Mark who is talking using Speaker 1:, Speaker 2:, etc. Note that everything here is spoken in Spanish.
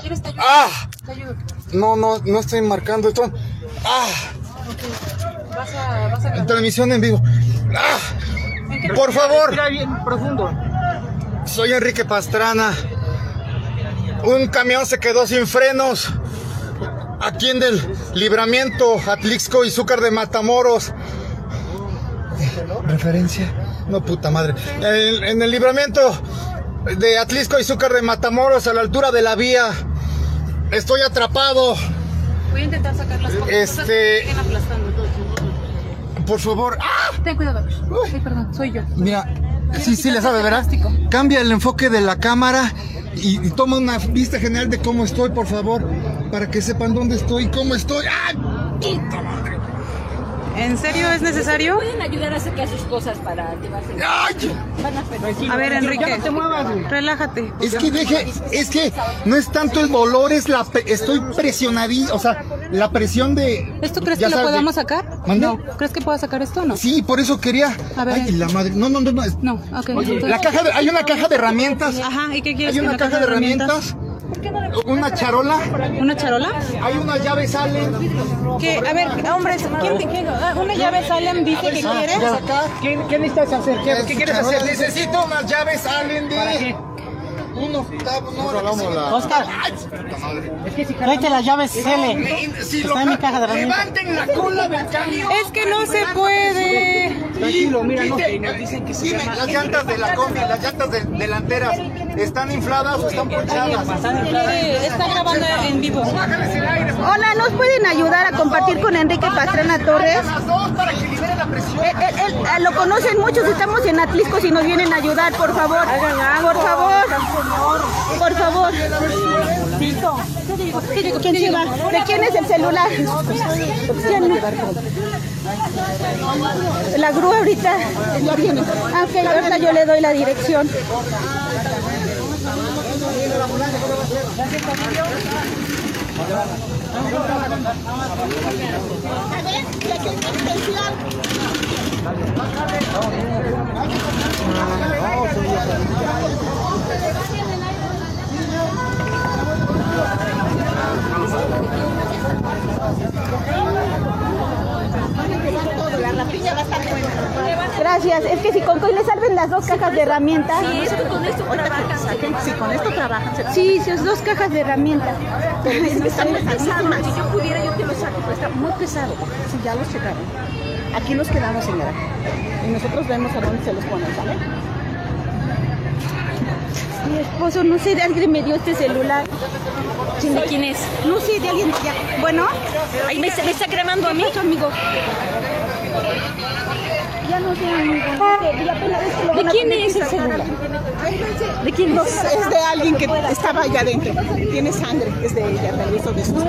Speaker 1: ¿Quieres te ayudo?
Speaker 2: ¡Ah!
Speaker 1: Te ayudo.
Speaker 2: No, no, no estoy marcando esto. ¡Ah!
Speaker 1: Ok. Vas a, vas a grabar.
Speaker 2: Transmisión en vivo. ¡Ah!
Speaker 1: Ven que-
Speaker 2: Por favor.
Speaker 3: Respira bien profundo.
Speaker 2: Soy Enrique Pastrana. Un camión se quedó sin frenos. Aquí en el libramiento Atlixco y Zúcar de Matamoros. Referencia. No, puta madre. En, en el libramiento de Atlixco y Zúcar de Matamoros, a la altura de la vía. Estoy atrapado.
Speaker 1: Voy a intentar sacar las cosas.
Speaker 2: Este-
Speaker 1: Cosas que siguen aplastando.
Speaker 2: Por favor. ¡Ah!
Speaker 1: Ten cuidado. Ay, perdón, soy yo.
Speaker 2: Mira, sí, sí le sabe, ¿verdad?
Speaker 1: Plástico.
Speaker 2: Cambia el enfoque de la cámara y, y toma una vista general de cómo estoy, por favor, para que sepan dónde estoy y cómo estoy. ¡Ay!
Speaker 1: ¿En serio es necesario?
Speaker 4: Pueden ayudar a sacar sus cosas para llevarse.
Speaker 2: ¡Ay!
Speaker 4: Van a perder.
Speaker 1: A ver, Enrique.
Speaker 3: Ya no te muevas, güey.
Speaker 1: Relájate.
Speaker 2: Es que deje, es que no es tanto el dolor, es la pre- estoy presionadí, o sea, la presión de.
Speaker 1: ¿Esto crees
Speaker 2: ya
Speaker 1: que lo
Speaker 2: sabes, de-
Speaker 1: podamos sacar?
Speaker 2: ¿Mande?
Speaker 1: No. ¿Crees que pueda sacar esto o no?
Speaker 2: Sí, por eso quería.
Speaker 1: A ver,
Speaker 2: Ay,
Speaker 1: ahí.
Speaker 2: la madre. No, no, no, no. es-
Speaker 1: No, ok. entonces-
Speaker 2: La caja de- hay una caja de herramientas.
Speaker 1: Ajá, ¿y qué quieres?
Speaker 2: Hay
Speaker 1: en
Speaker 2: una
Speaker 1: la
Speaker 2: caja de herramientas. Una charola.
Speaker 1: ¿Una charola?
Speaker 2: Hay una llave sale.
Speaker 1: Que, a ver, hombres, ¿quién te quiere? Ah, ¿Una llave Salem dice que
Speaker 2: Ah,
Speaker 1: quieres?
Speaker 2: Oh. ya acá.
Speaker 3: ¿Qué, qué necesitas hacer? ¿Qué, qué quieres hacer? Dices,
Speaker 2: Necesito unas llaves Allen de un octavo. No,
Speaker 3: Oscar. Tráete las llaves L.
Speaker 2: Si
Speaker 3: Está en mi caja de herramientas.
Speaker 2: levanten la cola del camión.
Speaker 1: Es que no se puede.
Speaker 3: Tranquilo, mira, no.
Speaker 2: Quite- Dime, las llantas de la combi, las llantas de- delanteras, ¿están infladas o están ponchadas?
Speaker 1: Mire, está grabando en vivo.
Speaker 5: Hola, ¿nos pueden ayudar a compartir con Enrique Pastrana Torres?
Speaker 2: Las dos para que libere la presión.
Speaker 5: Él- él- él, ah, lo conocen muchos, estamos en Atlisco, si nos vienen a ayudar, por favor. Por favor. Por favor. ¿Quién se va? ¿De quién es el celular? ¿Quién? La grúa ahorita. Ya viene. Ah, ok, ahorita yo le doy la dirección. Gracias. Es que si con Coy le salven las dos cajas de herramientas.
Speaker 4: Sí, es que con esto trabajan.
Speaker 5: Si con esto trabajan. Sí, sí, dos cajas de herramientas. Es que están muy pesadas.
Speaker 4: Si yo pudiera, yo te lo saco, pero está muy pesado.
Speaker 5: Sí, ya los checaron. Aquí nos quedamos, señora. Y nosotros vemos a dónde se los ponen, ¿sale? Mi esposo, no sé de alguien me dio este celular.
Speaker 4: ¿De quién es?
Speaker 5: No sé de alguien. ya. Bueno,
Speaker 4: Ay, me, está- me está cremando a mí.
Speaker 5: amigo. Ya no sé, amigo.
Speaker 4: ¿De quién es el celular? ¿De quién es?
Speaker 5: Es de alguien que estaba allá adentro. Tiene sangre. Es de ella, tal vez, o de sus